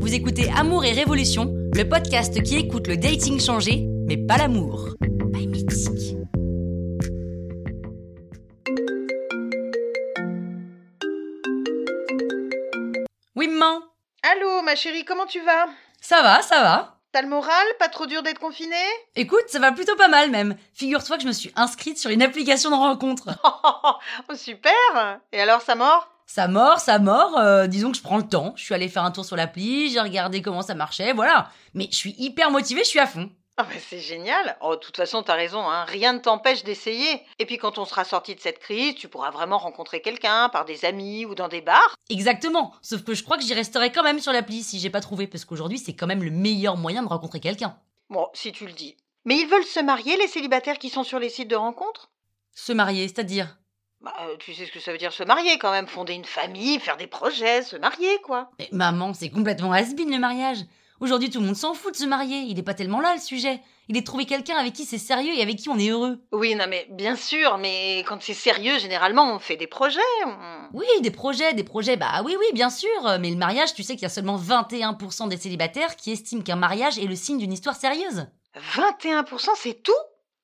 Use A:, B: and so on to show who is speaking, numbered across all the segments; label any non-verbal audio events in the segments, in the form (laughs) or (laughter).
A: Vous écoutez Amour et Révolution, le podcast qui écoute le dating changé, mais pas l'amour. By Mythique. Oui, maman.
B: Allô, ma chérie, comment tu vas
A: Ça va, ça va.
B: T'as le moral Pas trop dur d'être confiné
A: Écoute, ça va plutôt pas mal même. Figure-toi que je me suis inscrite sur une application de rencontre.
B: (laughs) oh, Super Et alors, ça mord
A: Ça mord, ça mord. euh, disons que je prends le temps. Je suis allée faire un tour sur l'appli, j'ai regardé comment ça marchait, voilà. Mais je suis hyper motivée, je suis à fond.
B: Ah bah c'est génial Oh, de toute façon, t'as raison, hein, rien ne t'empêche d'essayer. Et puis quand on sera sorti de cette crise, tu pourras vraiment rencontrer quelqu'un, par des amis ou dans des bars.
A: Exactement. Sauf que je crois que j'y resterai quand même sur l'appli si j'ai pas trouvé, parce qu'aujourd'hui c'est quand même le meilleur moyen de rencontrer quelqu'un.
B: Bon, si tu le dis. Mais ils veulent se marier, les célibataires qui sont sur les sites de rencontres
A: Se marier, c'est-à-dire
B: Bah, euh, tu sais ce que ça veut dire se marier quand même, fonder une famille, faire des projets, se marier, quoi.
A: Mais maman, c'est complètement has le mariage. Aujourd'hui tout le monde s'en fout de se marier, il est pas tellement là le sujet. Il est de trouver quelqu'un avec qui c'est sérieux et avec qui on est heureux.
B: Oui, non mais bien sûr, mais quand c'est sérieux, généralement, on fait des projets. on-
A: Oui, des projets, des projets, bah oui, oui, bien sûr, euh, mais le mariage, tu sais qu'il y a seulement 21% des célibataires qui estiment qu'un mariage est le signe d'une histoire sérieuse.
B: 21%, c'est tout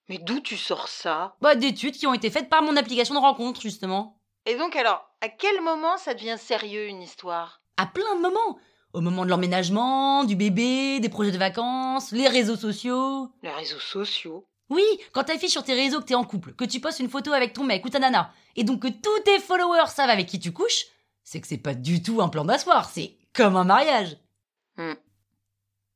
B: Mais d'où tu sors ça
A: Bah, d'études qui ont été faites par mon application de rencontre, justement.
B: Et donc alors, à quel moment ça devient sérieux une histoire
A: À plein de moments. Au moment de l'emménagement, du bébé, des projets de vacances, les réseaux sociaux.
B: Les réseaux sociaux.
A: Oui, quand t'affiches sur tes réseaux que t'es en couple, que tu postes une photo avec ton mec ou ta nana, et donc que tous tes followers savent avec qui tu couches, c'est que c'est pas du tout un plan d'asseoir, c'est comme un mariage.
B: Hmm.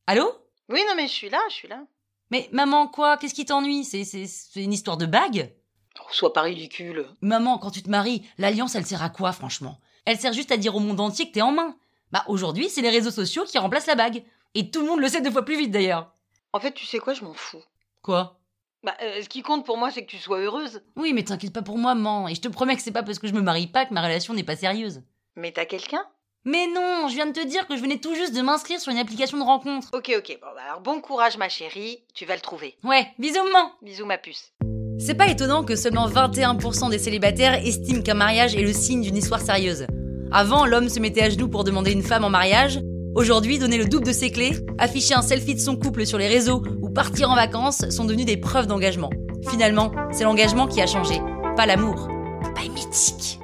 A: Allô
B: Oui, non mais je suis là, je suis là.
A: Mais maman, quoi Qu'est-ce qui t'ennuie C'est c'est- c'est une histoire de bague
B: Oh, sois pas ridicule.
A: Maman, quand tu te maries, l'alliance, elle sert à quoi, franchement Elle sert juste à dire au monde entier que t'es en main. Bah, aujourd'hui, c'est les réseaux sociaux qui remplacent la bague. Et tout le monde le sait deux fois plus vite, d'ailleurs.
B: En fait, tu sais quoi, je m'en fous.
A: Quoi
B: Bah, euh, ce qui compte pour moi, c'est que tu sois heureuse.
A: Oui, mais t'inquiète pas pour moi, maman. Et je te promets que c'est pas parce que je me marie pas que ma relation n'est pas sérieuse.
B: Mais t'as quelqu'un
A: Mais non, je viens de te dire que je venais tout juste de m'inscrire sur une application de rencontre.
B: Ok, ok. Bon, bah, alors bon courage, ma chérie. Tu vas le trouver.
A: Ouais, bisous, maman
B: Bisous, ma puce.
A: C'est pas étonnant que seulement 21% des célibataires estiment qu'un mariage est le signe d'une histoire sérieuse. Avant, l'homme se mettait à genoux pour demander une femme en mariage. Aujourd'hui, donner le double de ses clés, afficher un selfie de son couple sur les réseaux ou partir en vacances sont devenus des preuves d'engagement. Finalement, c'est l'engagement qui a changé, pas l'amour. Pas mythique.